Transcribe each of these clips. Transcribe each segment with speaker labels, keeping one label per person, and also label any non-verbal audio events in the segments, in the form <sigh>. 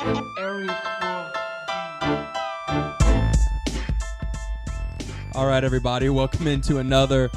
Speaker 1: very poor.
Speaker 2: All right, everybody, welcome into another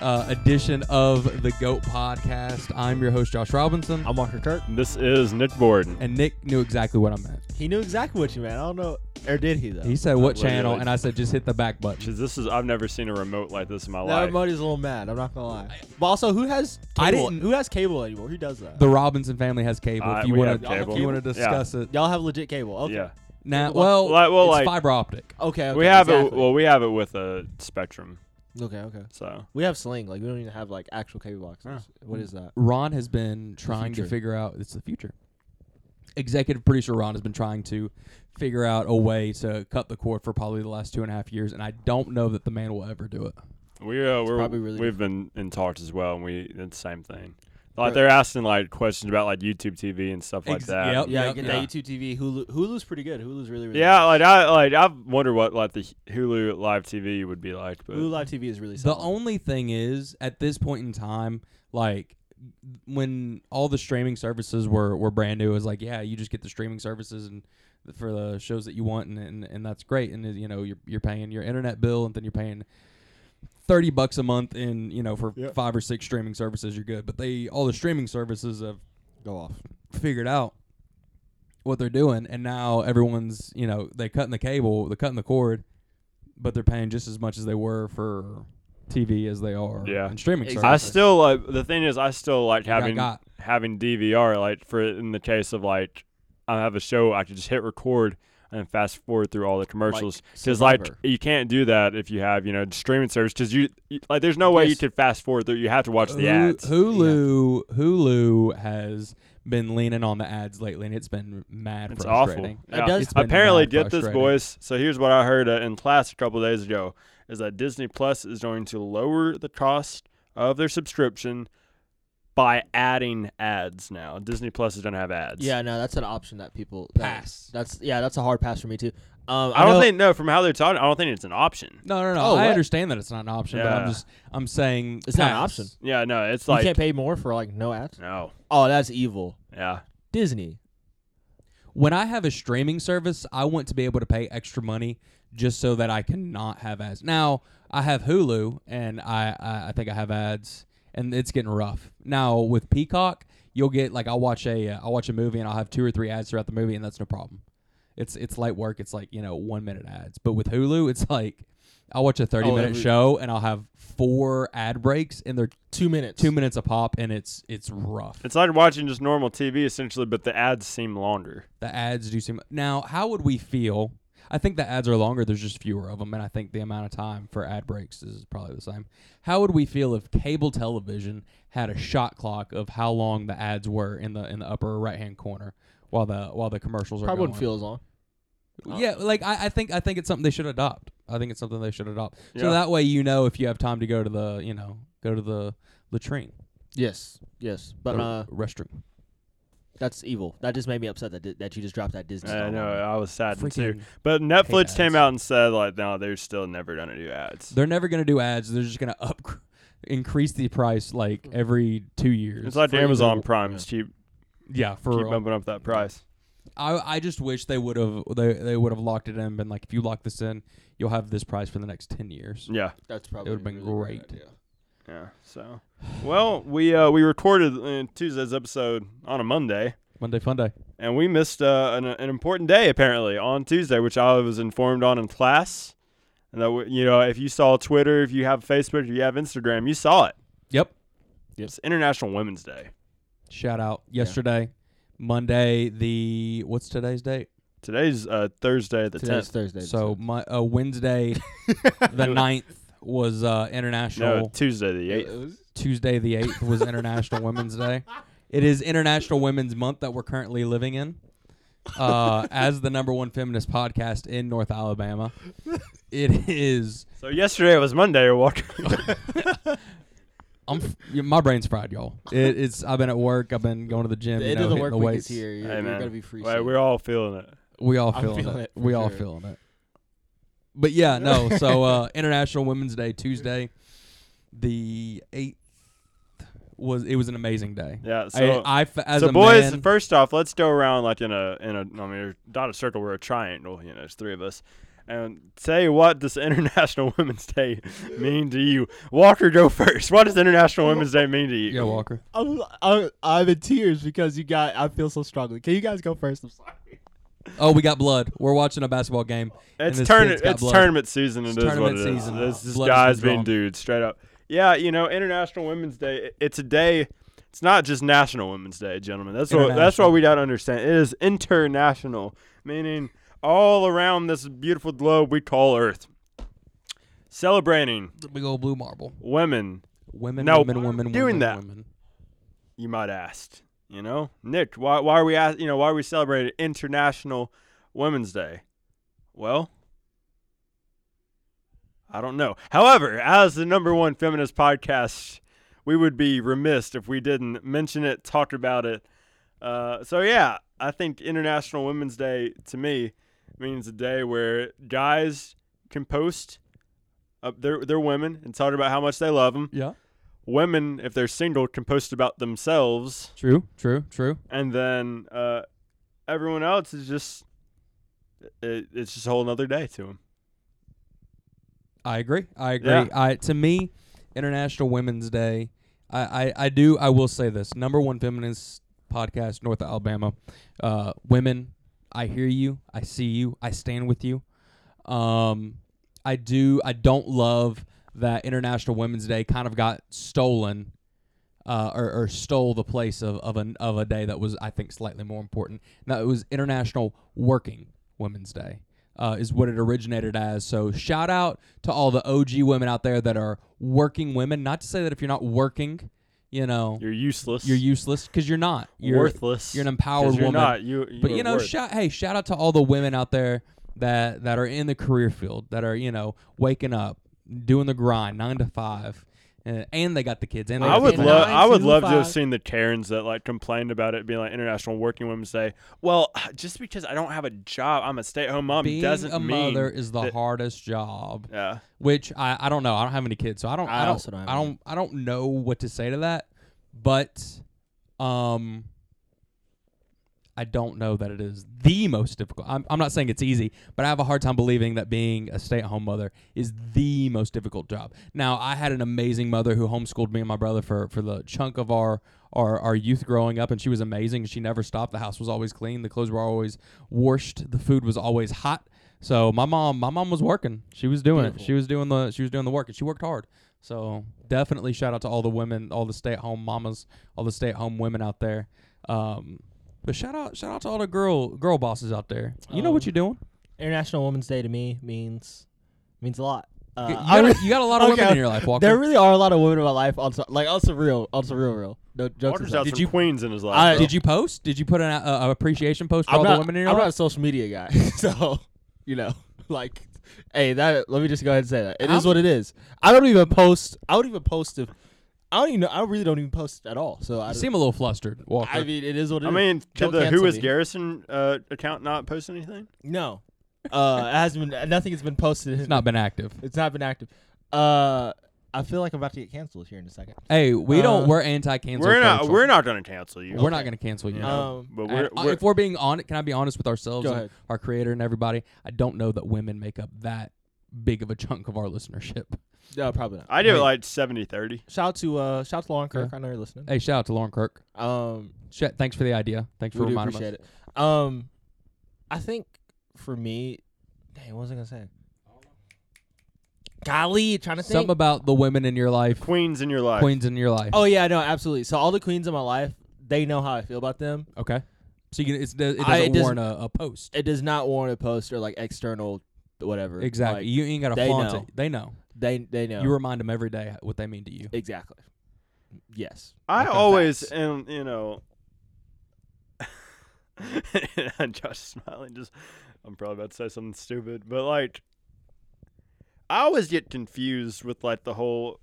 Speaker 2: uh, edition of the Goat Podcast. I'm your host, Josh Robinson,
Speaker 3: I'm Walker Turk.
Speaker 4: This is Nick Borden.
Speaker 2: and Nick knew exactly what I meant.
Speaker 3: He knew exactly what you meant. I don't know, or did he though?
Speaker 2: He said, "What
Speaker 4: Not really,
Speaker 2: channel?"
Speaker 4: like-
Speaker 2: and I said, "Just hit the back button."
Speaker 4: This is I've never seen a remote like this in my
Speaker 3: Now
Speaker 4: life.
Speaker 3: everybody's a little mad. I'm not gonna lie. But also, who has cable?
Speaker 2: I didn't-
Speaker 3: Who has cable anymore? Who does that?
Speaker 2: The Robinson family has cable.
Speaker 4: Uh,
Speaker 2: if you
Speaker 4: we
Speaker 2: want
Speaker 4: have
Speaker 2: to, if
Speaker 4: cable.
Speaker 2: you want to
Speaker 4: Yeah.
Speaker 2: discuss it
Speaker 3: Y'all have legit cable. Okay.
Speaker 4: Yeah,
Speaker 2: now,
Speaker 3: Well,
Speaker 2: well,
Speaker 4: like- well,
Speaker 2: it's
Speaker 4: like-
Speaker 2: fiber optic.
Speaker 3: Okay. okay,
Speaker 4: we have it.
Speaker 3: exactly.
Speaker 4: Well, we have it with a Spectrum.
Speaker 3: okay. Okay.
Speaker 4: So
Speaker 3: We have Sling. Like we don't even have like actual cable boxes. What is that?
Speaker 2: Ron has been trying to
Speaker 3: future.
Speaker 2: figure out. It's the future. Executive producer Ron has been trying to figure out a way to cut the cord for probably the last two and a half years, and I don't know that the man will ever do it.
Speaker 4: we uh, we're,
Speaker 3: probably really
Speaker 4: we've been in talks as well, and we it's the same thing. Like
Speaker 3: Right.
Speaker 4: they're asking like questions about like YouTube TV and stuff like
Speaker 2: Ex-
Speaker 4: that.
Speaker 2: yep.
Speaker 3: Yeah,
Speaker 2: Yep,
Speaker 3: get
Speaker 4: yeah.
Speaker 3: that YouTube TV. Hulu. Hulu's pretty good. Hulu's really really.
Speaker 4: Yeah, like I like I've wondered what like the Hulu live TV would be like,
Speaker 3: Good.
Speaker 4: but
Speaker 3: Hulu Live TV is really
Speaker 2: The
Speaker 3: solid.
Speaker 2: only thing is, at this point in time, like when all the streaming services were, were brand new, it was like, yeah, you just get the streaming services and for the shows that you want, and, and, and that's great. And you know, you're you're paying your internet bill, and then you're paying thirty bucks a month in you know for
Speaker 3: Yep.
Speaker 2: five or six streaming services. You're good, but they all the streaming services have
Speaker 3: Go off.
Speaker 2: figured out what they're doing, and now everyone's you know they cutting the cable, they're cutting the cord, but they're paying just as much as they were for TV as they are
Speaker 4: Yeah.
Speaker 2: in streaming services.
Speaker 4: I still like the thing is I still like
Speaker 2: got
Speaker 4: having
Speaker 2: got.
Speaker 4: having DVR like for in the case of like I have a show I could just hit record and fast forward through all the commercials because like,
Speaker 3: Survivor.
Speaker 4: you can't do that if you have you know streaming service because you you- like there's no way you
Speaker 3: Yes.
Speaker 4: could fast forward through you have to watch the
Speaker 2: Hulu,
Speaker 4: ads
Speaker 2: Hulu, Hulu has been leaning on the ads lately, and it's been mad
Speaker 4: it's awful
Speaker 2: frustrating.
Speaker 3: It does-
Speaker 2: It's been
Speaker 4: apparently
Speaker 2: mad
Speaker 4: get this
Speaker 2: frustrating.
Speaker 4: boys so here's what I heard uh, in class a couple days ago is that Disney Plus is going to lower the cost of their subscription by adding ads now Disney Plus is going to have ads
Speaker 3: Yeah, no, that's an option that people that-
Speaker 2: Pass.
Speaker 3: That's yeah, that's a hard pass for me too. Um,
Speaker 4: I don't
Speaker 3: know-
Speaker 4: think no from how they're talking I don't think it's an option
Speaker 2: No, no, no.
Speaker 3: Oh,
Speaker 2: I
Speaker 3: what?
Speaker 2: understand that it's not an option, but I'm
Speaker 4: Yeah.
Speaker 2: just I'm saying
Speaker 3: It's not an
Speaker 2: pass.
Speaker 3: option.
Speaker 4: yeah no it's
Speaker 3: you
Speaker 4: like
Speaker 3: can't pay more for like no ads.
Speaker 4: no
Speaker 3: Oh, that's evil.
Speaker 4: yeah
Speaker 3: Disney.
Speaker 2: When I have a streaming service, I want to be able to pay extra money just so that I can not have ads. Now I have Hulu, and I I, I think I have ads, and it's getting rough. Now with Peacock, you'll get like I'll watch a uh, I'll watch a movie, and I'll have two or three ads throughout the movie, and that's no problem. It's it's light work. It's like you know one minute ads, but with Hulu, it's like I'll watch a thirty minute
Speaker 3: every-
Speaker 2: show, and I'll have four ad breaks, and they're
Speaker 3: Two minutes.
Speaker 2: two minutes a pop, and it's it's rough.
Speaker 4: It's like watching just normal TV essentially, but the ads seem longer.
Speaker 2: The ads do seem. Now, how would we feel? I think the ads are longer. There's just fewer of them, and I think the amount of time for ad breaks is probably the same. How would we feel if cable television had a shot clock of how long the ads were in the in the upper right hand corner while the while the commercials are
Speaker 3: Probably wouldn't
Speaker 2: going?
Speaker 3: feel as long.
Speaker 2: Yeah, like I, I think I think it's something they should adopt. I think it's something they should adopt. So
Speaker 4: Yeah.
Speaker 2: that way you know if you have time to go to the you know go to the latrine,
Speaker 3: Yes, yes, but
Speaker 2: the
Speaker 3: uh,
Speaker 2: restroom.
Speaker 3: that's evil. That just made me upset that di- that you just dropped that Disney.
Speaker 4: I
Speaker 3: song
Speaker 4: know,
Speaker 3: on me.
Speaker 4: I was sad too.
Speaker 2: Freaking
Speaker 4: But Netflix
Speaker 2: ads.
Speaker 4: came out and said like, no, they're still never gonna do ads.
Speaker 2: They're never gonna do ads. They're just gonna up <laughs> increase the price like every two years.
Speaker 4: It's like
Speaker 2: For
Speaker 4: Amazon
Speaker 2: either-
Speaker 4: Prime. Just keep
Speaker 2: Yeah, for
Speaker 4: keep bumping up that price.
Speaker 2: I, I just wish they would have they, they would have locked it in and been like, if you lock this in, you'll have this price for the next ten years.
Speaker 4: Yeah,
Speaker 3: That's probably
Speaker 2: would've
Speaker 3: a
Speaker 2: been
Speaker 3: really
Speaker 2: great.
Speaker 3: idea.
Speaker 4: yeah. So, well, we uh, we recorded uh, Tuesday's episode on a Monday,
Speaker 2: Monday fun day.
Speaker 4: and we missed uh, an, an important day apparently on Tuesday, which I was informed on in class. And that we, you know, if you saw Twitter, if you have Facebook, if you have Instagram, you saw it.
Speaker 2: Yep.
Speaker 4: It's International Women's Day
Speaker 2: Shout out yesterday, Monday the what's today's date?
Speaker 4: today's uh, Thursday the
Speaker 3: Today's
Speaker 4: tenth.
Speaker 3: Thursday.
Speaker 2: So my, uh,
Speaker 4: <laughs>
Speaker 2: Wednesday the 9th was uh, international.
Speaker 4: No, Tuesday the eighth.
Speaker 2: Tuesday the 8th was International Women's Day. It is International Women's Month that we're currently living in. Uh, as the number one feminist podcast in North Alabama, it is.
Speaker 4: So yesterday was Monday, or what?
Speaker 2: I'm f- y- my brain's fried, y'all. It, it's I've been at work. I've been going to the gym.
Speaker 3: the
Speaker 2: you
Speaker 3: end
Speaker 2: know,
Speaker 3: of the
Speaker 2: hitting
Speaker 3: work
Speaker 2: the
Speaker 3: week is
Speaker 2: weights.
Speaker 3: here. You're,
Speaker 4: Hey, man.
Speaker 3: gonna be free.
Speaker 4: Like,
Speaker 3: soon.
Speaker 4: we're all feeling it.
Speaker 2: We all
Speaker 3: I'm
Speaker 2: feeling,
Speaker 3: feeling
Speaker 2: it.
Speaker 3: it, for
Speaker 2: We all
Speaker 3: sure.
Speaker 2: feeling it. But yeah,
Speaker 3: <laughs>
Speaker 2: no. So uh, International Women's Day Tuesday, the eighth was it was an amazing day.
Speaker 4: Yeah.
Speaker 2: I-
Speaker 4: So,
Speaker 2: I, f- as
Speaker 4: so
Speaker 2: a
Speaker 4: boys,
Speaker 2: man,
Speaker 4: first off, let's go around like in a in a I mean, we're not a circle, we're a triangle. You know, it's three of us. And say what does <laughs> International Women's Day mean to you? Walker, go first. What does International Women's Day mean to you?
Speaker 2: yeah, Walker.
Speaker 1: I'm, I'm, I'm in tears because you got. I feel so strongly. Can you guys go first? I'm sorry.
Speaker 2: Oh, we got blood. We're watching a basketball game. and
Speaker 4: It's
Speaker 2: this
Speaker 4: tournament.
Speaker 2: kid's got
Speaker 4: It's
Speaker 2: blood.
Speaker 4: tournament season. It
Speaker 2: It's
Speaker 4: is what
Speaker 2: tournament
Speaker 4: it is.
Speaker 2: season.
Speaker 4: It's just
Speaker 2: Blood has
Speaker 4: guys
Speaker 2: been
Speaker 4: being
Speaker 2: drawn.
Speaker 4: dudes, straight up. Yeah, you know, International Women's Day. i- It's a day. It's not just National Women's Day, gentlemen. That's what. That's
Speaker 2: International.
Speaker 4: what we gotta understand. It is international, meaning all around this beautiful globe we call Earth. Celebrating
Speaker 2: The big old blue marble.
Speaker 4: women,
Speaker 2: Women,
Speaker 4: Now,
Speaker 2: women,
Speaker 4: why are we
Speaker 2: women,
Speaker 4: doing
Speaker 2: women,
Speaker 4: that?
Speaker 2: women.
Speaker 4: you might ask. You know, Nick, why why are we ask, you know why are we celebrating International Women's Day? Well, I don't know. However, as the number one feminist podcast, we would be remiss if we didn't mention it, talk about it. Uh, so yeah, I think International Women's Day to me means a day where guys can post up their their women and talk about how much they love them.
Speaker 2: Yeah.
Speaker 4: Women, if they're single, can post about themselves
Speaker 2: True. True. True.
Speaker 4: and then uh, everyone else is just it, it's just a whole nother day to them.
Speaker 2: I agree. I agree.
Speaker 4: Yeah.
Speaker 2: I to me, International Women's Day. I, I, I do I will say this number one feminist podcast north of Alabama. Uh, women, I hear you. I see you. I stand with you. Um, I do. I don't love that International Women's Day kind of got stolen. Uh, or, or stole the place of of, an, of a day that was I think slightly more important. Now it was International Working Women's Day uh, is what it originated as. So shout out to all the OG women out there that are working women. Not to say that if you're not working, you know,
Speaker 4: You're useless.
Speaker 2: you're useless because you're not. You're
Speaker 4: worthless.
Speaker 2: You're an
Speaker 4: 'cause
Speaker 2: empowered
Speaker 4: you're
Speaker 2: woman.
Speaker 4: Not. You, you
Speaker 2: but
Speaker 4: are
Speaker 2: you know,
Speaker 4: worth.
Speaker 2: shout hey, shout out to all the women out there that that are in the career field that are you know waking up, doing the grind, nine to five, and, and they got the kids. And they
Speaker 4: I
Speaker 2: got the
Speaker 4: would
Speaker 2: family.
Speaker 4: love. I would love to have
Speaker 1: 925.
Speaker 4: seen the Karens that like complained about it being like International Working Women's Day. Well, <sighs> just because I don't have a job, I'm a stay-at-home mom
Speaker 2: Being
Speaker 4: doesn't
Speaker 2: a
Speaker 4: mean.
Speaker 2: mother is the
Speaker 4: that-
Speaker 2: hardest job.
Speaker 4: yeah.
Speaker 2: which I, I don't know. I don't have any kids, so I don't
Speaker 3: I
Speaker 2: I, don't
Speaker 3: also don't have
Speaker 2: I
Speaker 3: any.
Speaker 2: don't I don't know what to say to that. But um I don't know that it is the most difficult. I'm, I'm not saying it's easy, but I have a hard time believing that being a stay-at-home mother is the most difficult job. Now, I had an amazing mother who homeschooled me and my brother for for the chunk of our our, our youth growing up, and she was amazing. She never stopped. The house was always clean. The clothes were always washed. The food was always hot. So my mom, my mom was working. She was doing it. She was doing the she was doing the work, and she worked hard. So definitely shout out to all the women, all the stay-at-home mamas, all the stay-at-home women out there. Um, but shout out, shout out to all the girl girl bosses out there. You know what
Speaker 1: Um,
Speaker 2: you're doing.
Speaker 1: International Women's Day to me means means a lot. Uh,
Speaker 2: You, you
Speaker 1: I
Speaker 2: got,
Speaker 1: re-
Speaker 2: a, you got a lot of women
Speaker 1: Okay.
Speaker 2: in your life,
Speaker 3: <laughs>
Speaker 2: Walker.
Speaker 1: there really are a lot of women in my life. Also, like also real, also real, real. No jokes.
Speaker 4: Walker's out
Speaker 1: aside.
Speaker 2: Did
Speaker 4: from
Speaker 2: you-
Speaker 4: Queens in his life.
Speaker 1: I-
Speaker 4: bro.
Speaker 2: Did you post? Did you put an uh, uh, appreciation post for
Speaker 1: I'm
Speaker 2: all
Speaker 1: not,
Speaker 2: the women in your
Speaker 1: I'm
Speaker 2: life?
Speaker 1: not a social media guy, <laughs> so you know, <laughs> like, hey, that. Let me just go ahead and say that It is
Speaker 2: I'm-
Speaker 1: what it is. I don't even post. I don't even post if. I don't even. know. I really don't even post at all. So I.
Speaker 2: you
Speaker 1: don't-
Speaker 2: seem a little flustered, Walker.
Speaker 1: I mean, it is what it
Speaker 4: I
Speaker 1: is.
Speaker 4: mean, did
Speaker 1: Don't
Speaker 4: the Who
Speaker 1: cancel
Speaker 4: Is
Speaker 1: me.
Speaker 4: Garrison uh, account not post anything?
Speaker 1: no, uh, it hasn't been. Nothing has been posted.
Speaker 2: it's not been active.
Speaker 1: It's not been active. Uh, I feel like I'm about to get canceled here in a second.
Speaker 2: Hey, we
Speaker 1: Uh,
Speaker 2: don't. We're anti-cancel.
Speaker 4: We're not.
Speaker 2: culture.
Speaker 4: We're not going to cancel you.
Speaker 2: We're not going to cancel you.
Speaker 4: You know,
Speaker 1: Um,
Speaker 4: but
Speaker 2: And,
Speaker 4: we're,
Speaker 2: uh,
Speaker 4: we're
Speaker 2: if we're being honest, can I be honest with ourselves,
Speaker 1: Go
Speaker 2: and
Speaker 1: ahead.
Speaker 2: our creator, and everybody? I don't know that women make up that big of a chunk of our listenership.
Speaker 1: No, probably not.
Speaker 4: I do it
Speaker 2: Wait.
Speaker 4: like 70 30.
Speaker 1: Shout out to uh, shout out to Lauren Kirk. I know you're listening.
Speaker 2: Hey, shout out to Lauren Kirk.
Speaker 1: Um,
Speaker 2: Sh- thanks for the idea. Thanks for
Speaker 1: we do
Speaker 2: reminding
Speaker 1: appreciate
Speaker 2: us.
Speaker 1: it. Um, I think for me, dang, what was I gonna say? Golly, trying to think.
Speaker 2: Something about the women in your life,
Speaker 4: Queens in your life.
Speaker 2: queens in your life.
Speaker 1: oh yeah, no, absolutely. So all the queens in my life, they know how I feel about them.
Speaker 2: Okay. So you can, it's, it doesn't
Speaker 1: I- it
Speaker 2: warrant a, a post.
Speaker 1: It does not warrant a post or like external, whatever.
Speaker 2: Exactly.
Speaker 1: Like,
Speaker 2: you ain't got to
Speaker 1: they
Speaker 2: flaunt
Speaker 1: know.
Speaker 2: it. They know.
Speaker 1: they they know.
Speaker 2: You remind them every day what they mean to you.
Speaker 1: exactly.
Speaker 2: <laughs>
Speaker 1: Yes.
Speaker 4: I
Speaker 2: Okay,
Speaker 4: always
Speaker 2: facts.
Speaker 4: am, you know. <laughs> Josh smiling. Just, I'm probably about to say something stupid, but like, I always get confused with like the whole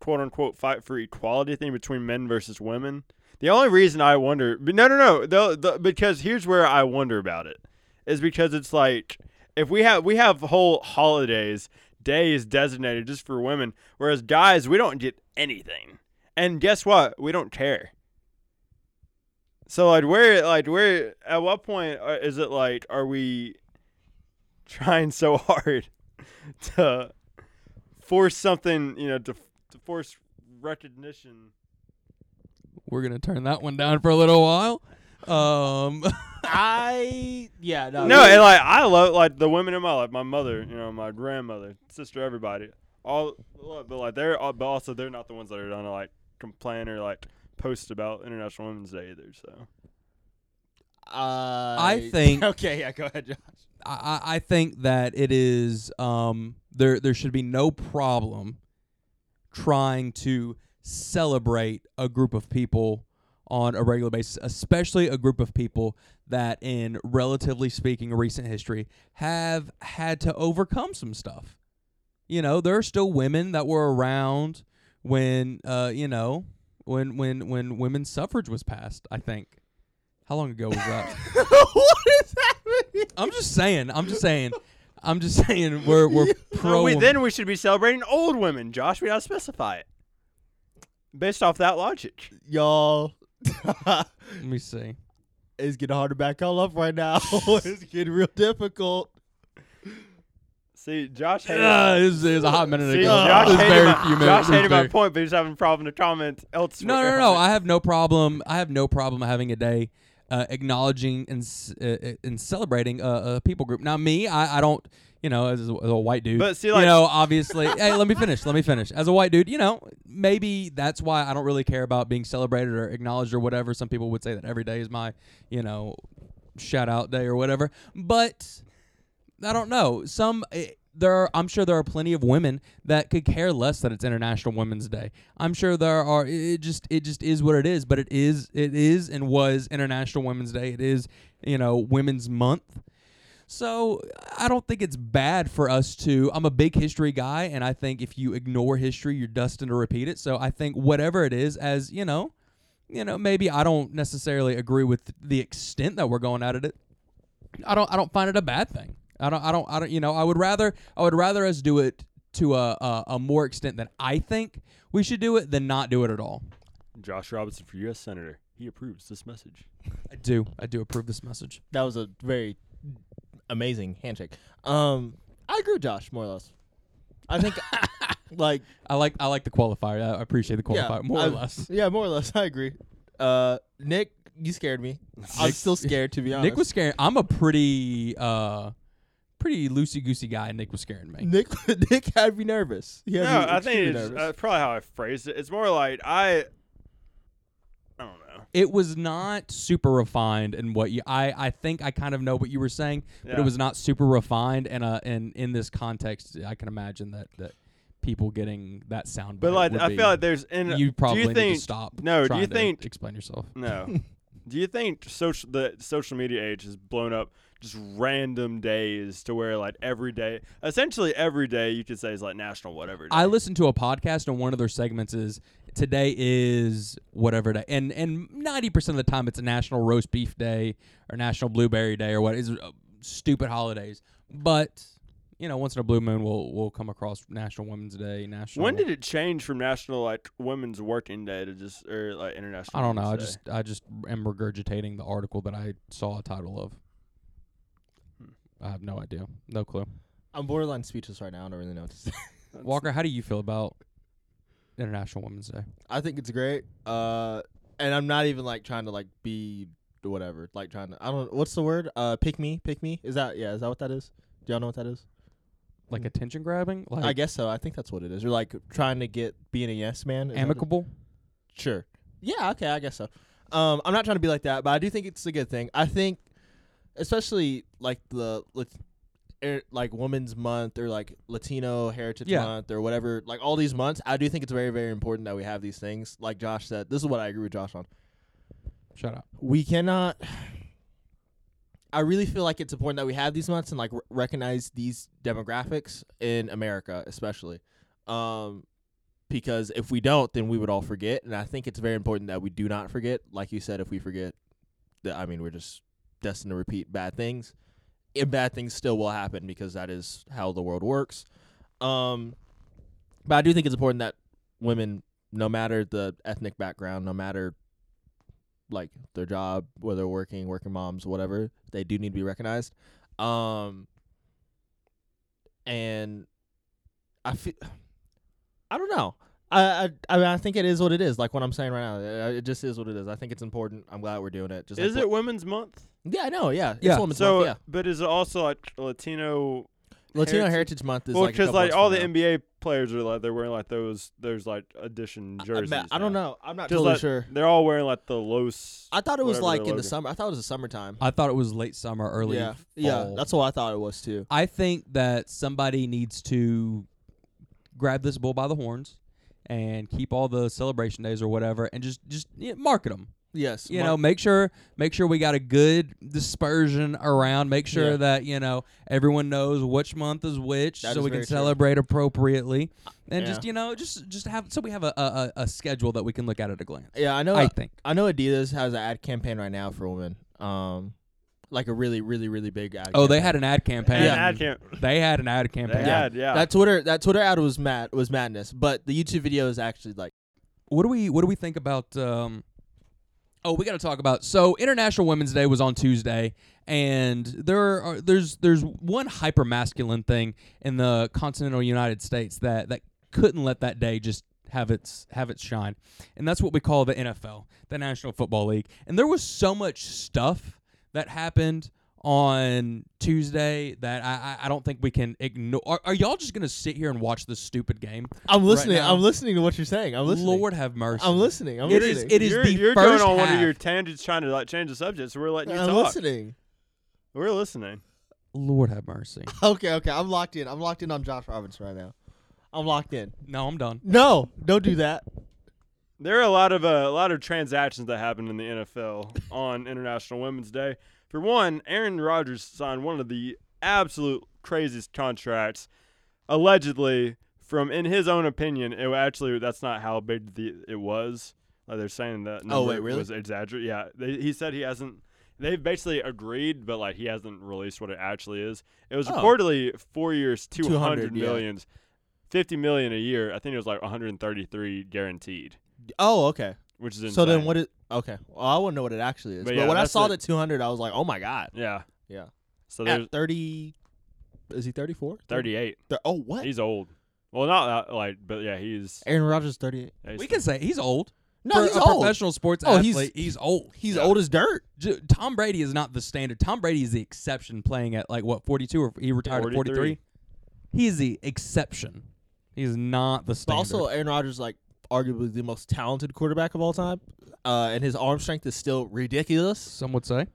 Speaker 4: quote unquote fight for equality thing between men versus women. The only reason I wonder, but no, no, no, the, the, because here's where I wonder about it, is because it's like if we have we have whole holidays, days designated just for women, whereas guys we don't get anything. And guess what? We don't care. So like, where, like, where? At what point uh, is it like? Are we trying so <laughs> hard to force something? You know, to to force recognition.
Speaker 2: We're gonna turn that one down for a little while. Um, <laughs>
Speaker 1: I yeah no
Speaker 4: No, and like I love like the women in my life, my mother, you know, my grandmother, sister, everybody. All but like they're all, but also they're not the ones that are gonna like complain or like post about International Women's Day either. So
Speaker 1: uh,
Speaker 2: I think-
Speaker 1: <laughs> okay yeah go ahead Josh
Speaker 2: I, I- I think that it is um, there. There should be no problem trying to celebrate a group of people on a regular basis, especially a group of people that, in relatively speaking, recent history, have had to overcome some stuff. You know, there are still women that were around when, uh, you know, when when when women's suffrage was passed. I think. How long ago was that?
Speaker 1: what is happening
Speaker 2: I'm just saying. I'm just saying. I'm just saying. We're we're pro.
Speaker 4: Oh, we, then we should be celebrating old women, Josh. We gotta specify it based off that logic.
Speaker 2: <laughs>
Speaker 1: y'all
Speaker 2: Let me see.
Speaker 1: it's getting hard to back all up right now <laughs> it's getting real difficult
Speaker 4: See, Josh hated.
Speaker 2: Uh, this is- this is a hot minute
Speaker 4: See,
Speaker 2: ago.
Speaker 4: Josh
Speaker 2: This is
Speaker 4: hated,
Speaker 2: very
Speaker 4: my,
Speaker 2: few minutes.
Speaker 4: Josh
Speaker 2: This is
Speaker 4: hated my
Speaker 2: very-
Speaker 4: point, but he's having a problem to comment elsewhere.
Speaker 2: No, no, no, no. I have no problem. I have no problem having a day uh, acknowledging and s- uh, uh, and celebrating a, a people group. Now, me, I, I don't. You know, as a, as a white dude,
Speaker 4: But see, like-
Speaker 2: you know, obviously, <laughs> hey, let me finish. Let me finish. As a white dude, you know, maybe that's why I don't really care about being celebrated or acknowledged or whatever. Some people would say that every day is my, you know, shout out day or whatever. But I don't know. Some eh, there are, I'm sure there are plenty of women that could care less that it's International Women's Day. I'm sure there are it it just it just is what it is, but it is it is and was International Women's Day. It is, you know, Women's Month. So I don't think it's bad for us to. I'm a big history guy, and I think if you ignore history, you're destined to repeat it. So I think whatever it is, as you know, you know, maybe I don't necessarily agree with the extent that we're going at it. I don't I don't find it a bad thing. I don't I don't I don't you know, I would rather I would rather us do it to a a, a more extent than I think we should do it than not do it at all.
Speaker 4: Josh Robinson for U.S. Senator. He approves this message.
Speaker 2: I do. I do approve this message.
Speaker 1: that was a very amazing handshake um I agree with Josh more or less I <laughs> think like
Speaker 2: I like I like the qualifier. I appreciate the qualifier more
Speaker 1: I-
Speaker 2: or less.
Speaker 1: Yeah, more or less. I agree. Uh, Nick, you scared
Speaker 2: <laughs>
Speaker 1: me. I'm still scared to be honest.
Speaker 2: Nick was scaring I'm a pretty uh pretty loosey goosey guy and Nick was scaring me.
Speaker 1: Nick. <laughs> Nick had me nervous. He had
Speaker 4: No,
Speaker 1: me
Speaker 4: I think
Speaker 1: extremely
Speaker 4: it's
Speaker 1: nervous.
Speaker 4: uh, probably how I phrased it. It's more like I, I don't know.
Speaker 2: It was not super refined in what you I, I think I kind of know what you were saying, but
Speaker 4: Yeah.
Speaker 2: it was not super refined and uh and in this context I can imagine that that people getting that sound
Speaker 4: But
Speaker 2: bite
Speaker 4: like,
Speaker 2: would
Speaker 4: I
Speaker 2: be-
Speaker 4: feel like there's in.
Speaker 2: you probably
Speaker 4: do you
Speaker 2: need
Speaker 4: think,
Speaker 2: to stop.
Speaker 4: No, do
Speaker 2: trying
Speaker 4: you
Speaker 2: to
Speaker 4: think?
Speaker 2: explain yourself?
Speaker 1: <laughs>
Speaker 4: No. do you think social the social media age has blown up just random days to where like every day, essentially every day, you could say is like national whatever. Day.
Speaker 2: I listened to a podcast and one of their segments is today is whatever day, and and ninety percent of the time it's a National Roast Beef Day or National Blueberry Day or what is uh, stupid holidays, but. You know, once in a blue moon, we'll we'll come across National Women's Day. National.
Speaker 4: when did it change from national like women's working day to just or like international?
Speaker 2: I don't know. I
Speaker 4: Women's Day?
Speaker 2: just I just am regurgitating the article that I saw a title of.
Speaker 4: Hmm.
Speaker 2: I have no idea, no clue.
Speaker 1: I'm borderline speechless right now. I don't really know what to say.
Speaker 4: That's-
Speaker 2: Walker, how do you feel about International Women's Day?
Speaker 1: I think it's great. Uh, and I'm not even like trying to like be whatever. Like trying to. I don't. What's the word? Uh, pick me. Pick me. Is that yeah? Is that what that is? Do y'all know what that is?
Speaker 2: Like
Speaker 4: Hmm.
Speaker 2: attention grabbing, like
Speaker 1: I guess so. I think that's what it is. You're like trying to get being a yes man. Is that it?
Speaker 2: amicable.
Speaker 1: Sure. Yeah, okay, I guess so. Um, I'm not trying to be like that, but I do think it's a good thing. I think, especially like the lat- er, like Women's Month or like Latino Heritage
Speaker 2: Yeah.
Speaker 1: Month or whatever, like all these months, I do think it's very, very important that we have these things. Like Josh said, this is what I agree with Josh on.
Speaker 2: Shut up.
Speaker 1: We cannot. I really feel like it's important that we have these months and like r- recognize these demographics in America, especially. Um, because if we don't, then we would all forget. And I think it's very important that we do not forget. Like you said, if we forget, that I mean, we're just destined to repeat bad things. And bad things still will happen because that is how the world works. Um, but I do think it's important that women no matter the ethnic background, no matter like their job, whether they're working, working moms, whatever, they do need to be recognized. Um, and I feel, <sighs> I don't know. I, I I mean I think it is what it is. Like what I'm saying right now, Uh, it just is what it is. I think it's important. I'm glad we're doing it. Just
Speaker 4: Is
Speaker 1: like,
Speaker 4: it Women's Month?
Speaker 1: Yeah, I know. Yeah, It's
Speaker 2: Yeah.
Speaker 1: Women's
Speaker 4: so,
Speaker 1: Month, yeah.
Speaker 4: but is it also like Latino?
Speaker 1: Latino
Speaker 4: Heritage-
Speaker 1: Heritage, Month is
Speaker 4: well,
Speaker 1: like because
Speaker 4: because like, all the NBA players are like they're wearing like those those like edition jerseys.
Speaker 1: I, don't
Speaker 4: now.
Speaker 1: know. I'm not
Speaker 4: 'Cause,
Speaker 1: totally
Speaker 4: like,
Speaker 1: sure.
Speaker 4: They're all wearing like the Los.
Speaker 1: I thought it was
Speaker 4: whatever their
Speaker 1: like in the
Speaker 4: logo-
Speaker 1: summer. I thought it was the summertime.
Speaker 2: I thought it was late summer, early
Speaker 1: yeah,
Speaker 2: fall.
Speaker 1: yeah. That's what I thought it was too.
Speaker 2: I think that somebody needs to grab this bull by the horns and keep all the celebration days or whatever, and just just yeah, market them.
Speaker 1: Yes,
Speaker 2: You
Speaker 1: Mar-
Speaker 2: know, make sure make sure we got a good dispersion around. Make sure
Speaker 1: Yeah.
Speaker 2: that you know everyone knows which month is which,
Speaker 1: That
Speaker 2: so
Speaker 1: is
Speaker 2: we can
Speaker 1: very true.
Speaker 2: celebrate appropriately, and just
Speaker 1: Yeah.
Speaker 2: you know just just have so we have a a, a- a schedule that we can look at at a glance.
Speaker 1: Yeah, I know.
Speaker 2: I think.
Speaker 1: I know Adidas has an ad campaign right now for women. Um, like a really, really, really big ad.
Speaker 2: Oh, they
Speaker 1: campaign.
Speaker 2: had an ad campaign.
Speaker 4: And I can't.
Speaker 2: They had an ad
Speaker 4: They
Speaker 2: campaign.
Speaker 4: had yeah.
Speaker 1: that Twitter. That Twitter ad was mad was madness. But the YouTube video is actually like
Speaker 2: what do we what do we think about um oh we got to talk about so international women's day was on tuesday and there are there's there's one hyper masculine thing in the continental united states that that couldn't let that day just have its have its shine and that's what we call the nfl the national football league and there was so much stuff that happened on Tuesday, that I I, I don't think we can ignore. Are, are y'all just gonna sit here and watch this stupid game?
Speaker 1: I'm listening.
Speaker 2: now-
Speaker 1: I'm listening to what you're saying. I'm listening.
Speaker 2: Lord have mercy!
Speaker 1: I'm listening. I'm
Speaker 2: It is-
Speaker 1: listening.
Speaker 2: it is
Speaker 4: you're,
Speaker 2: the
Speaker 4: you're
Speaker 2: first
Speaker 4: going on one of
Speaker 2: half.
Speaker 4: your tangents trying to like change the subject, so we're letting you
Speaker 1: I'm
Speaker 4: talk.
Speaker 1: listening.
Speaker 4: We're listening.
Speaker 2: Lord have mercy!
Speaker 1: Okay, okay. I'm locked in. I'm locked in on Josh Robinson right now. I'm locked in.
Speaker 2: No, I'm done.
Speaker 1: No, don't do that.
Speaker 4: There are a lot of uh, a lot of transactions that happened in the NFL on International Women's Day. For one, Aaron Rodgers signed one of the absolute craziest contracts, allegedly from in his own opinion. It wa- actually that's not how big the it was. Like they're saying that number
Speaker 1: Oh, wait, really?
Speaker 4: was exaggerated. Yeah, they, he said he hasn't. They've basically agreed, but like he hasn't released what it actually is. It was
Speaker 1: Oh.
Speaker 4: reportedly four years, two
Speaker 1: 200,
Speaker 4: hundred
Speaker 1: yeah.
Speaker 4: millions, fifty million a year. I think it was like one hundred thirty-three guaranteed
Speaker 1: Oh, okay.
Speaker 4: which is insane.
Speaker 1: So then what it okay. Well, I wouldn't know what it actually is.
Speaker 4: But
Speaker 1: But,
Speaker 4: yeah,
Speaker 1: when I
Speaker 4: that's
Speaker 1: saw
Speaker 4: the-
Speaker 1: the 200, I was like, "Oh my god."
Speaker 4: Yeah,
Speaker 1: Yeah.
Speaker 4: So there's
Speaker 1: At 30 Is he 34?
Speaker 4: 38.
Speaker 1: Thir- Oh, what?
Speaker 4: He's old. Well, not that, like, but yeah, he's.
Speaker 1: Aaron Rodgers 38.
Speaker 4: yeah, he's
Speaker 2: We can say he's old.
Speaker 1: No,
Speaker 2: For
Speaker 1: he's
Speaker 2: a
Speaker 1: old.
Speaker 2: professional sports
Speaker 1: Oh, he's-
Speaker 2: athlete, he's, old.
Speaker 1: He's
Speaker 4: Yeah.
Speaker 1: old as dirt.
Speaker 2: J- Tom Brady is not the standard. Tom Brady is the exception playing at like what 42 or he retired at 43.
Speaker 4: 43.
Speaker 2: He is the exception. He is not the
Speaker 1: But
Speaker 2: standard.
Speaker 1: also uh, Aaron Rodgers like arguably the most talented quarterback of all time. Uh, and his arm strength is still ridiculous.
Speaker 2: some would say.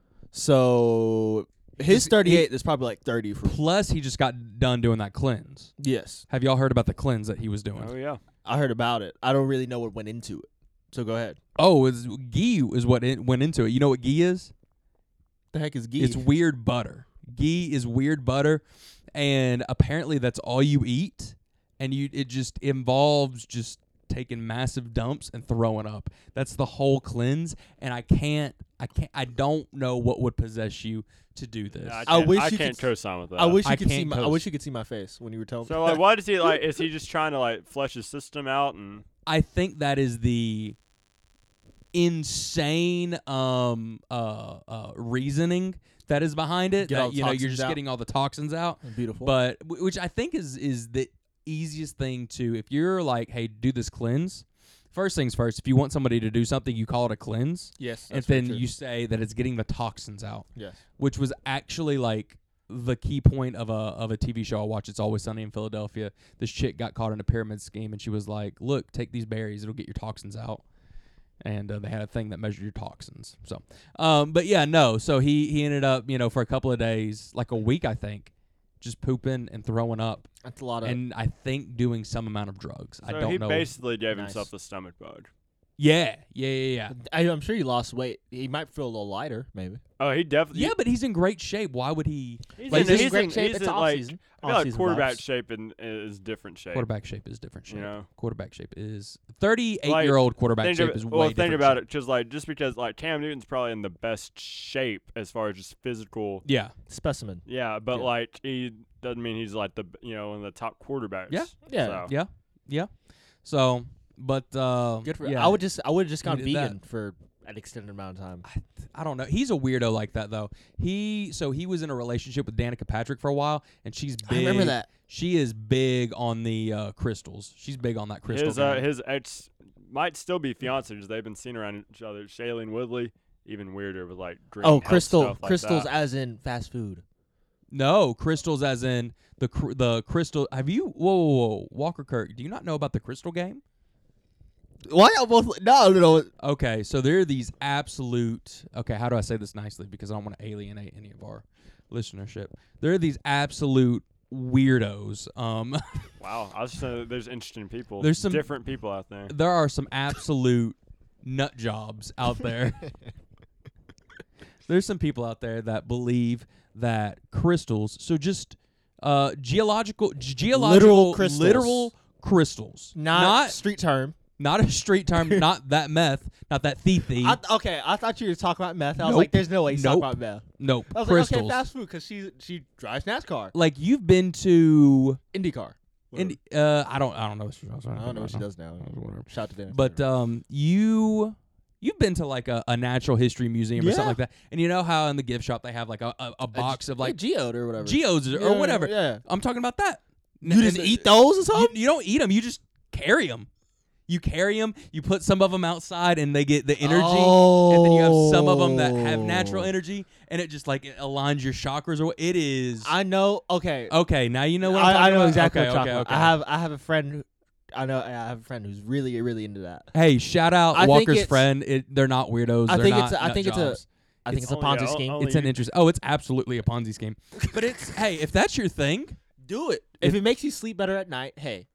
Speaker 1: So his
Speaker 2: He-
Speaker 1: 38 is probably like 30 for
Speaker 2: Plus he just got done doing that cleanse.
Speaker 1: Yes.
Speaker 2: Have y'all heard about the cleanse that he was doing?
Speaker 4: Oh yeah.
Speaker 1: I heard about it. I don't really know what went into it. So go ahead.
Speaker 2: Oh, it's ghee is what it went into it. You know what ghee is?
Speaker 1: The heck is Gee?
Speaker 2: It's weird butter. Ghee is weird butter, and apparently that's all you eat. And you, it just involves just taking massive dumps and throwing up. That's the whole cleanse. And I can't, I can't, I don't know what would possess you to do this.
Speaker 4: I,
Speaker 1: I
Speaker 4: can't-
Speaker 1: wish
Speaker 4: I
Speaker 1: you could
Speaker 4: can't
Speaker 1: s-
Speaker 4: co-sign with that.
Speaker 1: I wish you
Speaker 2: I
Speaker 1: could see
Speaker 2: can't
Speaker 1: my I
Speaker 2: coast.
Speaker 1: wish you could see my face when you were telling me.
Speaker 4: So
Speaker 1: <laughs>
Speaker 4: like, why does he like? Is he just trying to like flesh his system out and?
Speaker 2: I think that is the insane um uh, uh reasoning that is behind it.
Speaker 1: Get all
Speaker 2: That,
Speaker 1: the
Speaker 2: you know, you're
Speaker 1: toxins
Speaker 2: just
Speaker 1: out.
Speaker 2: getting all the toxins out.
Speaker 1: Beautiful.
Speaker 2: but wh- which I think is is the easiest thing to if you're like, hey, do this cleanse. First things first, if you want somebody to do something, you call it a cleanse,
Speaker 1: yes.
Speaker 2: and then you say that it's getting the toxins out,
Speaker 1: Yes.
Speaker 2: which was actually like the key point of a of a TV show I watch. It's Always Sunny in Philadelphia. This chick got caught in a pyramid scheme, and she was like, "Look, take these berries; it'll get your toxins out." And uh, they had a thing that measured your toxins. So, um, but yeah, no. So he he ended up, you know, for a couple of days, like a week, I think, just pooping and throwing up,
Speaker 1: That's a lot of
Speaker 2: and I think doing some amount of drugs. I
Speaker 4: So
Speaker 2: don't
Speaker 4: he
Speaker 2: know.
Speaker 4: basically gave
Speaker 1: Nice.
Speaker 4: himself the stomach bug.
Speaker 2: yeah, yeah, yeah, yeah.
Speaker 1: I, am sure he lost weight. He might feel a little lighter, maybe.
Speaker 4: Oh, he definitely.
Speaker 2: Yeah, but he's in great shape. Why would he?
Speaker 4: He's
Speaker 1: Like,
Speaker 4: in,
Speaker 1: he's in
Speaker 4: he's
Speaker 1: great
Speaker 4: in,
Speaker 1: shape.
Speaker 4: He's
Speaker 1: It's
Speaker 4: in, like,
Speaker 1: off-season.
Speaker 4: I feel like
Speaker 1: Off-season
Speaker 4: quarterback
Speaker 1: vibes.
Speaker 4: shape and is different shape.
Speaker 2: Quarterback shape is different shape.
Speaker 4: You know?
Speaker 2: Quarterback shape is thirty-eight
Speaker 4: Like,
Speaker 2: year old quarterback
Speaker 4: Think
Speaker 2: shape
Speaker 4: ab-
Speaker 2: is way
Speaker 4: well, think
Speaker 2: different
Speaker 4: about
Speaker 2: shape.
Speaker 4: it, just like just because like Cam Newton's probably in the best shape as far as just physical.
Speaker 2: Yeah,
Speaker 1: Specimen.
Speaker 4: Yeah, but
Speaker 1: Yeah.
Speaker 4: like he doesn't mean he's like the you know one of the top quarterbacks.
Speaker 2: Yeah.
Speaker 1: Yeah.
Speaker 4: So.
Speaker 2: yeah, yeah. So But uh,
Speaker 1: Good for.
Speaker 2: yeah,
Speaker 1: I would just. I would have just
Speaker 2: He
Speaker 1: gone
Speaker 2: did that.
Speaker 1: vegan for an extended amount of time.
Speaker 2: I don't know. He's a weirdo like that though. He so he was in a relationship with Danica Patrick for a while, and she's big.
Speaker 1: I remember that.
Speaker 2: She is big on the uh, crystals. She's big on that crystal.
Speaker 4: His uh,
Speaker 2: game.
Speaker 4: his ex might still be fiancee because they've been seen around each other. Shailene Woodley, even weirder with like green
Speaker 1: Oh,
Speaker 4: health
Speaker 1: crystal.
Speaker 4: stuff like
Speaker 1: crystals,
Speaker 4: that.
Speaker 1: as in fast food.
Speaker 2: no crystals, as in the cr- the crystal. Have you? Whoa, whoa, whoa, Walker Kirk. Do you not know about the crystal game?
Speaker 1: Why y'all both? No, no, no.
Speaker 2: Okay, so there are these absolute. Okay, how do I say this nicely? Because I don't want to alienate any of our listenership. There are these absolute weirdos. Um, <laughs>
Speaker 4: Wow, I was just saying that there's interesting people.
Speaker 2: There's some-
Speaker 4: different people out there.
Speaker 2: there are some absolute nut jobs out there.
Speaker 1: <laughs>
Speaker 2: There's some people out there that believe that crystals. So just uh, geological, g- geological,
Speaker 1: crystals.
Speaker 2: literal crystals.
Speaker 1: Not,
Speaker 2: not
Speaker 1: street term.
Speaker 2: not a street
Speaker 1: <laughs>
Speaker 2: term. not that meth. Not that thief.
Speaker 1: I th- okay, I thought you were talking about meth. I was
Speaker 2: Nope.
Speaker 1: like, "There's no way he's talking
Speaker 2: Nope.
Speaker 1: about meth."
Speaker 2: Nope.
Speaker 1: I was
Speaker 2: crystals.
Speaker 1: like, "Okay, fast food," because she she drives NASCAR,
Speaker 2: like you've been to
Speaker 1: IndyCar.
Speaker 2: Indi- uh I don't I don't know what she does.
Speaker 1: I don't know what she does now. Shout to Dennis.
Speaker 2: But um you you've been to like a, a natural history museum or something
Speaker 1: Yeah.
Speaker 2: like that. And you know how in the gift shop they have like a, a, a box of like
Speaker 1: geode or whatever.
Speaker 2: geodes or,
Speaker 1: Yeah,
Speaker 2: or whatever.
Speaker 1: Yeah.
Speaker 2: I'm talking about that.
Speaker 1: You just uh, eat those or
Speaker 2: you,
Speaker 1: something?
Speaker 2: you don't eat them, you just carry them. You carry them, you put some of them outside and they get the energy. And then you have some of them that have natural
Speaker 1: Oh.
Speaker 2: energy and it just like it aligns your chakras or it is
Speaker 1: I know. Okay.
Speaker 2: Okay, now Oh, you know what I'm talking
Speaker 1: I, I know
Speaker 2: about?
Speaker 1: exactly
Speaker 2: Okay,
Speaker 1: what you're
Speaker 2: okay,
Speaker 1: talking about.
Speaker 2: okay.
Speaker 1: I have I have a friend. Who, I know I have a friend who's really really into that.
Speaker 2: Hey, shout out
Speaker 1: I think
Speaker 2: Walker's
Speaker 1: it's-
Speaker 2: friend. It, they're not weirdos.
Speaker 1: I
Speaker 2: they're
Speaker 1: think
Speaker 2: not
Speaker 1: it's a- I
Speaker 2: nut
Speaker 1: think it's a-
Speaker 2: jobs.
Speaker 1: I think
Speaker 2: It's
Speaker 1: it's a
Speaker 4: only-
Speaker 1: Ponzi
Speaker 4: o-
Speaker 1: scheme.
Speaker 4: only
Speaker 2: It's an
Speaker 4: you-
Speaker 2: interest. Oh, it's absolutely a Ponzi scheme. But it's <laughs> hey, if that's your thing,
Speaker 1: Do it if it makes you sleep better at night. Hey,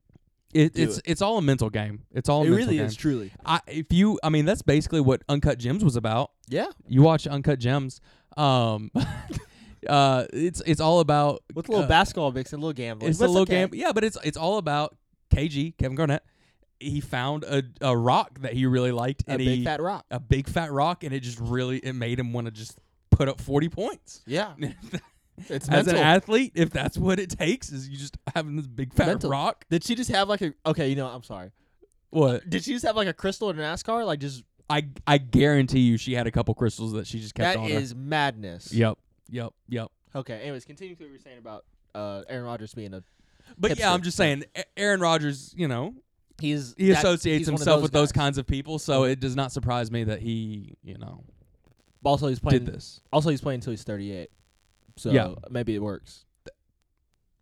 Speaker 2: it,
Speaker 1: Do
Speaker 2: it's it's all a mental game. It's all a
Speaker 1: it
Speaker 2: mental
Speaker 1: really
Speaker 2: game.
Speaker 1: is truly.
Speaker 2: I, if you, I mean, that's basically what Uncut Gems was about.
Speaker 1: Yeah.
Speaker 2: You watch Uncut Gems. Um, <laughs> uh, it's it's all about
Speaker 1: With a little
Speaker 2: uh,
Speaker 1: basketball mix and a little gambling.
Speaker 2: It's
Speaker 1: but
Speaker 2: a little
Speaker 1: okay.
Speaker 2: game. Yeah, but it's it's all about KG Kevin Garnett. He found a, a rock that he really liked,
Speaker 1: A
Speaker 2: and
Speaker 1: big
Speaker 2: he
Speaker 1: fat rock.
Speaker 2: a big fat rock, and it just really it made him want to just put up forty points. <laughs>
Speaker 1: Yeah. It's
Speaker 2: As
Speaker 1: mental.
Speaker 2: an athlete, if that's what it takes, is you just having this big fat
Speaker 1: Mental.
Speaker 2: rock.
Speaker 1: Did she just have like a okay? You know, I'm sorry.
Speaker 2: What
Speaker 1: Did she just have like a crystal in an NASCAR? Like just
Speaker 2: I I guarantee you, she had a couple crystals that she just kept
Speaker 1: that
Speaker 2: on
Speaker 1: is madness.
Speaker 2: her. Yep, yep, yep.
Speaker 1: Okay. Anyways, continue to what you were saying about uh, Aaron Rodgers being a
Speaker 2: But yeah,
Speaker 1: Hipster.
Speaker 2: I'm just saying, A- Aaron Rodgers, you know,
Speaker 1: he's
Speaker 2: he
Speaker 1: that-
Speaker 2: associates
Speaker 1: he's one of
Speaker 2: himself with those
Speaker 1: guys.
Speaker 2: kinds of people, so it does not surprise me that he, you know,
Speaker 1: Also, he's playing.
Speaker 2: did this.
Speaker 1: Also, he's playing until he's 38. So
Speaker 2: Yeah.
Speaker 1: maybe it works.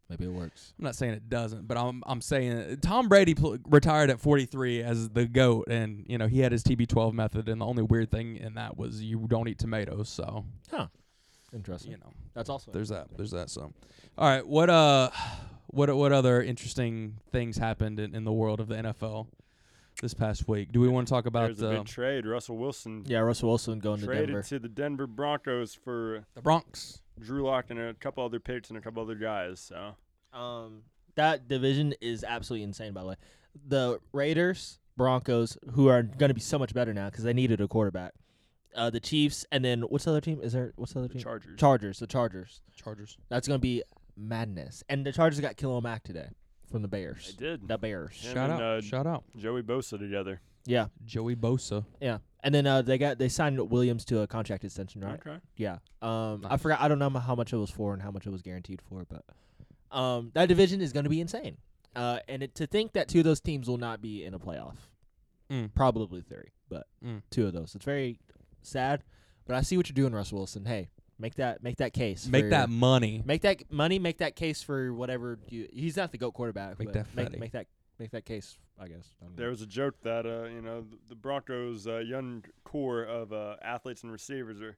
Speaker 1: Maybe it works.
Speaker 2: I'm not saying it doesn't, but I'm I'm saying Tom Brady pl- retired at 43 as the goat, and you know he had his TB12 method, and the only weird thing in that was you don't eat tomatoes, so
Speaker 1: Interesting.
Speaker 2: you know.
Speaker 1: That's also
Speaker 2: there's that there's that so all right what uh what what other interesting things happened in, in the world of the nfl this past week do we want to talk about
Speaker 4: There's a
Speaker 2: the,
Speaker 4: big trade. Russell Wilson
Speaker 1: yeah. Russell Wilson going to
Speaker 4: traded
Speaker 1: Denver.
Speaker 4: to the Denver Broncos for
Speaker 2: the bronx
Speaker 4: Drew Lock and a couple other picks and a couple other guys. So
Speaker 1: Um, that division is absolutely insane. By the way, the Raiders, Broncos, who are going to be so much better now because they needed a quarterback. Uh, the Chiefs, and then what's the other team? Is there what's the other team?
Speaker 4: Chargers.
Speaker 1: Chargers. The Chargers.
Speaker 2: chargers
Speaker 1: That's going to be madness. And the Chargers got Khalil Mack today from the
Speaker 4: I
Speaker 1: Bears.
Speaker 4: did.
Speaker 1: The Bears.
Speaker 4: Him
Speaker 2: shout out
Speaker 4: and, uh,
Speaker 2: shout out
Speaker 4: Joey Bosa together.
Speaker 1: Yeah,
Speaker 2: joey bosa
Speaker 1: yeah. And then uh, they got they signed Williams to a contract extension, right?
Speaker 4: Okay.
Speaker 1: Yeah. Um, I
Speaker 2: Nice.
Speaker 1: forgot. I don't know how much it was for and how much it was guaranteed for, but um, that division is going to be insane. Uh, and it, to think that two of those teams will not be in a playoff,
Speaker 2: Mm.
Speaker 1: probably three, but
Speaker 2: Mm.
Speaker 1: two of those. It's very sad, but I see what you're doing, Russell Wilson. Hey, make that make that case.
Speaker 2: make
Speaker 1: for-
Speaker 2: that money
Speaker 1: make that money. Make that case for whatever you. He's not the goat quarterback.
Speaker 2: Make
Speaker 1: but
Speaker 2: that fatty.
Speaker 1: make, make that make that case. I guess. I don't know.
Speaker 4: There was a joke that uh, you know th- the Broncos' uh, young core of uh, athletes and receivers are.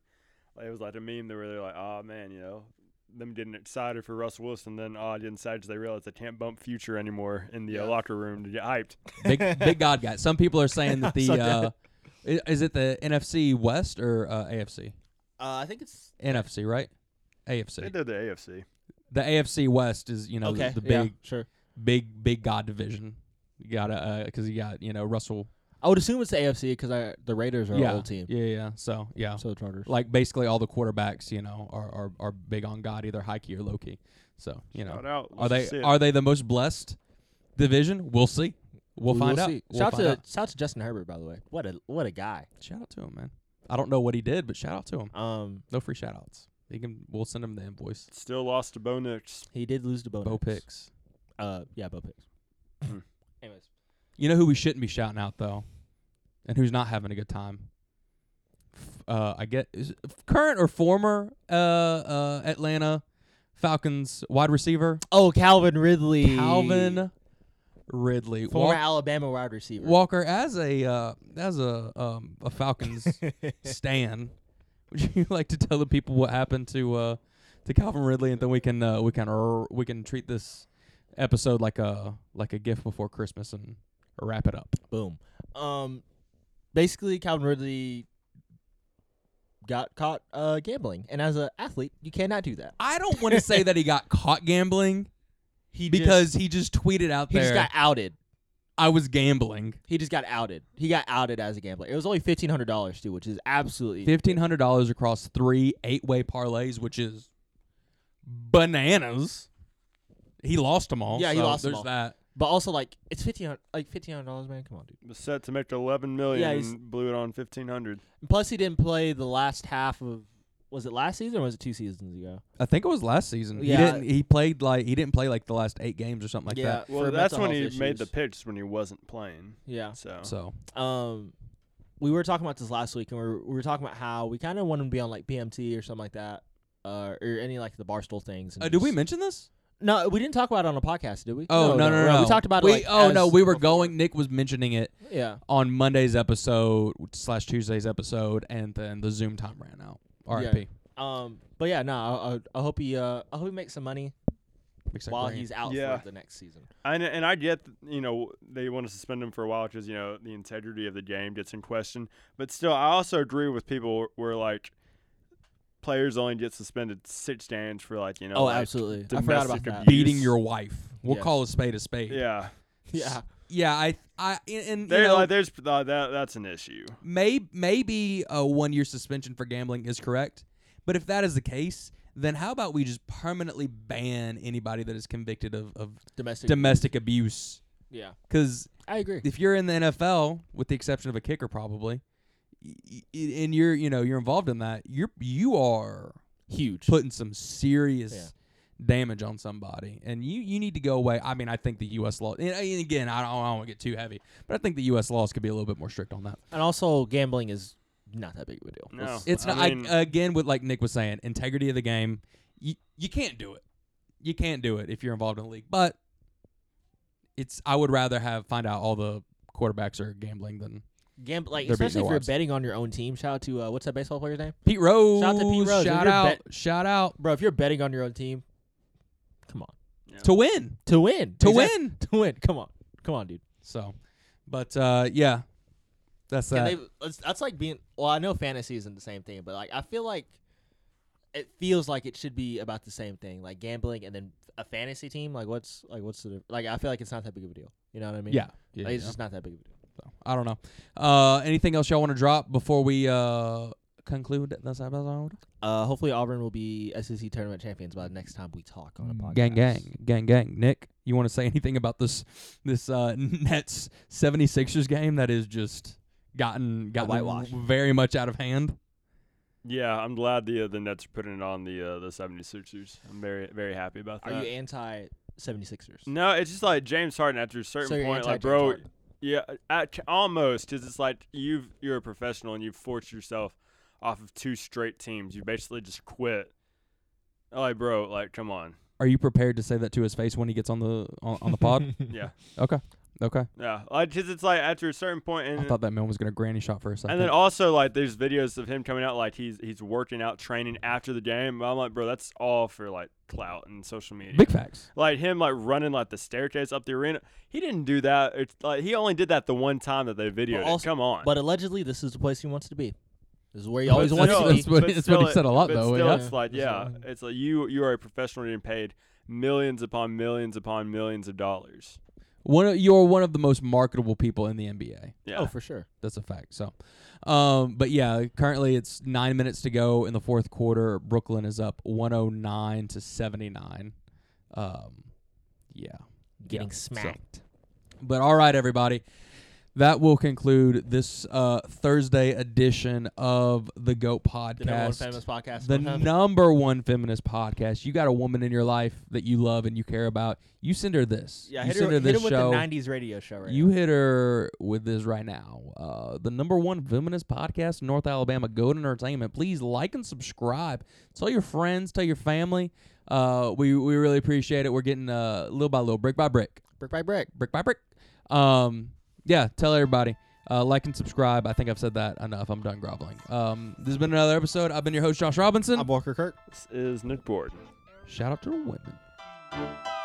Speaker 4: like, It was like a meme there where they're like, "Oh man, you know, them getting excited for Russell Wilson, then oh, getting excited 'cause they realize they can't bump future anymore in the uh, locker room to get hyped."
Speaker 2: big big god guy some people are saying
Speaker 1: <laughs>
Speaker 2: that the
Speaker 1: So
Speaker 2: uh i- is it the nfc west or uh, afc
Speaker 1: Uh, I think it's
Speaker 2: nfc right
Speaker 4: They
Speaker 2: afc
Speaker 4: did the AFC. the
Speaker 2: the afc west is you know the-
Speaker 1: okay.
Speaker 2: the, big
Speaker 1: yeah, sure.
Speaker 2: big big god division you gotta because you got you know russell
Speaker 1: I would assume it's the AFC because I the Raiders are
Speaker 2: yeah,
Speaker 1: an old team.
Speaker 2: Yeah, yeah. So yeah,
Speaker 1: So the Chargers.
Speaker 2: like basically all the quarterbacks, you know, are are, are big on God, either high key or low key. So you know,
Speaker 4: Shout out.
Speaker 2: are
Speaker 4: Let's
Speaker 2: they
Speaker 4: see it.
Speaker 2: are they the most blessed division? We'll see. We'll find out.
Speaker 1: see.
Speaker 2: We'll
Speaker 1: shout
Speaker 2: find
Speaker 1: to
Speaker 2: out.
Speaker 1: shout to Justin Herbert, by the way. What a what a guy.
Speaker 2: Shout out to him, man. I don't know what he did, but shout out to him.
Speaker 1: Um,
Speaker 2: No free shout outs. He can. We'll send him the invoice.
Speaker 4: Still lost to Bo Nix.
Speaker 1: he did lose to Bo.
Speaker 2: Bo
Speaker 1: Nix.
Speaker 2: picks.
Speaker 1: Uh, yeah, Bo picks.
Speaker 4: Hmm.
Speaker 1: Anyways,
Speaker 2: You know who we shouldn't be shouting out though, and who's not having a good time. F- Uh, I get is it current or former uh, uh, Atlanta Falcons wide receiver
Speaker 1: oh Calvin Ridley,
Speaker 2: Calvin Ridley.
Speaker 1: former
Speaker 2: Walk-
Speaker 1: Alabama wide receiver.
Speaker 2: Walker, as a uh, as a um, a
Speaker 1: <laughs>
Speaker 2: Falcons stan, would you <laughs> like to tell the people what happened to uh, to Calvin Ridley, and then we can uh, we can r- we can treat this episode like a like a gift before Christmas and wrap it up.
Speaker 1: Boom. Um, basically, Calvin Ridley got caught uh, gambling, and as an athlete, you cannot do that.
Speaker 2: I don't want to say that he got caught gambling
Speaker 1: He
Speaker 2: because he just tweeted out
Speaker 1: just, he
Speaker 2: there
Speaker 1: just got outed.
Speaker 2: I was gambling.
Speaker 1: He just got outed. He got outed as a gambler. It was only fifteen hundred dollars too, which is absolutely
Speaker 2: Fifteen hundred dollars across three eight way parlays, which is bananas. He lost them all.
Speaker 1: Yeah, he
Speaker 2: so
Speaker 1: lost 'em
Speaker 2: there's
Speaker 1: all.
Speaker 2: that.
Speaker 1: But also, like it's fifteen hundred, like fifteen hundred dollars, man. Come on, dude.
Speaker 4: Was set to make 11 million
Speaker 1: Yeah, he's-
Speaker 4: and blew it on 1500.
Speaker 1: And plus, he didn't play the last half of. Was it last season or was it two seasons ago?
Speaker 2: I think it was last season. He
Speaker 1: Yeah.
Speaker 2: didn't. He played like he didn't play like the last eight games or something like
Speaker 1: yeah,
Speaker 2: that.
Speaker 4: Well,
Speaker 1: for
Speaker 4: that's
Speaker 1: mental
Speaker 4: when he
Speaker 1: health
Speaker 4: made the
Speaker 1: issues.
Speaker 4: pitch when he wasn't playing.
Speaker 1: Yeah.
Speaker 4: So,
Speaker 2: So
Speaker 1: Um, we were talking about this last week, and we were, we were talking about how we kind of want him to be on like PMT or something like that, uh, or any like the barstool things.
Speaker 4: Oh,
Speaker 1: and
Speaker 2: uh, did we
Speaker 1: just-
Speaker 2: mention this?
Speaker 1: No, we didn't talk about it on a podcast, did we?
Speaker 2: Oh no no no!
Speaker 1: We talked about it.
Speaker 2: We,
Speaker 1: like,
Speaker 2: oh no,
Speaker 1: as-
Speaker 2: we were going. Nick was mentioning it
Speaker 1: yeah.
Speaker 2: on Monday's episode slash Tuesday's episode, and then the Zoom time ran out. R.I.P.
Speaker 1: Um, but yeah, no, I, I, I hope he, uh, I hope he makes some money
Speaker 2: Except
Speaker 1: while
Speaker 2: Grant.
Speaker 1: he's out
Speaker 4: Yeah.
Speaker 1: for the next season.
Speaker 4: and, and I get, that, you know, they want to suspend him for a while because, you know, the integrity of the game gets in question. But still, I also agree with people where, like, players only get suspended six games for, like, you know,
Speaker 1: Oh,
Speaker 4: like,
Speaker 1: absolutely. I forgot
Speaker 4: domestic
Speaker 1: about that.
Speaker 4: abuse.
Speaker 2: beating your wife. We'll
Speaker 1: Yes.
Speaker 2: call a spade a spade.
Speaker 4: Yeah.
Speaker 1: <laughs> Yeah.
Speaker 2: Yeah, I, I, and, and you
Speaker 4: There,
Speaker 2: know,
Speaker 4: like, there's uh, that. That's an issue.
Speaker 2: may, maybe a one-year suspension for gambling is correct, but if that is the case, then how about we just permanently ban anybody that is convicted of, of
Speaker 1: Domestic.
Speaker 2: domestic abuse?
Speaker 1: yeah.
Speaker 2: Because
Speaker 1: I agree.
Speaker 2: if you're in the NFL, with the exception of a kicker, probably, y- y- and you're, you know, you're involved in that, you're, you are
Speaker 1: Huge.
Speaker 2: putting some serious
Speaker 1: Yeah.
Speaker 2: damage on somebody, and you you need to go away. I mean, I think the U.S. law, and and again, I don't, I don't want to get too heavy, but I think the U.S. laws could be a little bit more strict on that.
Speaker 1: And also, gambling is not that big of a deal.
Speaker 4: No.
Speaker 1: It's-
Speaker 2: It's
Speaker 4: I
Speaker 2: not I
Speaker 4: mean-
Speaker 2: again with like Nick was saying, integrity of the game. You you can't do it. You can't do it if you're involved in the league. But it's I would rather have find out all the quarterbacks are gambling than
Speaker 1: Gam- like
Speaker 2: There beat
Speaker 1: especially
Speaker 2: no
Speaker 1: if you're
Speaker 2: odds.
Speaker 1: betting on your own team. Shout out to uh, what's that baseball player's name,
Speaker 2: Pete Rose.
Speaker 1: Shout out to Pete Rose. If
Speaker 2: Shout
Speaker 1: you're
Speaker 2: out. shout out
Speaker 1: bro. If you're betting on your own team, come on,
Speaker 2: to win.
Speaker 1: to win,
Speaker 2: To
Speaker 1: Exact-
Speaker 2: win.
Speaker 1: <laughs> to win. Come on, come on, dude.
Speaker 2: So, but uh, yeah, that's
Speaker 1: Can
Speaker 2: that.
Speaker 1: they, that's- that's like being. Well, I know fantasy isn't the same thing, but like I feel like it feels like it should be about the same thing, like gambling and then a fantasy team. Like what's like what's the like? I feel like it's not that big of a deal. You know what I mean?
Speaker 2: yeah. yeah,
Speaker 1: Like, it's
Speaker 2: yeah.
Speaker 1: just not that big of a deal.
Speaker 2: So, I don't know. Uh, anything else y'all want to drop before we uh, conclude this episode?
Speaker 1: Uh, hopefully Auburn will be SEC tournament champions by the next time we talk on a podcast.
Speaker 2: Gang, gang, gang, gang. Nick, you want to say <laughs> anything about this this uh, <laughs> Nets 76ers game that is just gotten gotten
Speaker 1: whitewash.
Speaker 2: very much out of hand?
Speaker 4: Yeah, I'm glad the uh, the Nets are putting it on the uh, the 76ers. I'm very very happy about
Speaker 1: Are
Speaker 4: that.
Speaker 1: you anti 76ers?
Speaker 4: no, it's just like James Harden after a certain
Speaker 1: So you're
Speaker 4: point, like
Speaker 1: anti-James
Speaker 4: bro,
Speaker 1: Harden.
Speaker 4: yeah, uh, at, almost because it's like you've you're a professional and you've forced yourself off of two straight teams. You basically just quit. Like bro, like come on,
Speaker 2: Are you prepared to say that to his face when he gets on the on, on the
Speaker 4: <laughs>
Speaker 2: pod?
Speaker 4: yeah,
Speaker 2: okay, okay.
Speaker 4: yeah, like because it's like after a certain point, and
Speaker 2: I thought that man was gonna granny shot for a second.
Speaker 4: And then also like there's videos of him coming out like he's he's working out training after the game. I'm like, bro, that's all for like clout and social media.
Speaker 2: Big facts.
Speaker 4: like him like running like the staircase up the arena. He didn't do that. It's like he only did that the one time that they videoed. it.
Speaker 1: also-
Speaker 4: Come on.
Speaker 1: But allegedly, this is the place he wants to be. This is where he always
Speaker 4: But
Speaker 1: wants
Speaker 4: still-
Speaker 1: to be.
Speaker 2: That's what-
Speaker 4: but
Speaker 2: that's what
Speaker 4: still
Speaker 2: he said a lot,
Speaker 4: but
Speaker 2: though,
Speaker 4: Still,
Speaker 2: yeah.
Speaker 4: it's like
Speaker 2: That's
Speaker 4: yeah,
Speaker 2: what-
Speaker 4: it's like you you are a professional getting paid millions upon millions upon millions of dollars.
Speaker 2: One of, you're one of the most marketable people in the NBA.
Speaker 4: Yeah.
Speaker 1: Oh, for sure.
Speaker 2: That's a fact. So, um, but yeah, currently it's nine minutes to go in the fourth quarter. Brooklyn is up 109 to 79. Um, yeah,
Speaker 1: Getting
Speaker 2: Yeah, so-
Speaker 1: smacked.
Speaker 2: But all right, everybody. That will conclude this uh, Thursday edition of the Goat Podcast.
Speaker 1: The number one famous podcast.
Speaker 2: the
Speaker 1: in town.
Speaker 2: number one feminist podcast. You got a woman in your life that you love and you care about. You send her this.
Speaker 1: yeah,
Speaker 2: you
Speaker 1: hit,
Speaker 2: send
Speaker 1: her, hit
Speaker 2: this
Speaker 1: him with
Speaker 2: show.
Speaker 1: the '90s radio show. Right
Speaker 2: you
Speaker 1: now.
Speaker 2: hit her with this right now. Uh, the number one feminist podcast in North Alabama, Goat Entertainment. Please like and subscribe. Tell your friends. Tell your family. Uh, we we really appreciate it. We're getting uh, little by little, brick by brick,
Speaker 1: brick by brick.
Speaker 2: brick by brick. Um, yeah, tell everybody. Uh, like and subscribe. I think I've said that enough. I'm done groveling. Um, this has been another episode. I've been your host, Josh Robinson.
Speaker 1: I'm Walker Kirk.
Speaker 4: This is Nick Board.
Speaker 2: Shout out to the women.
Speaker 5: Thank you.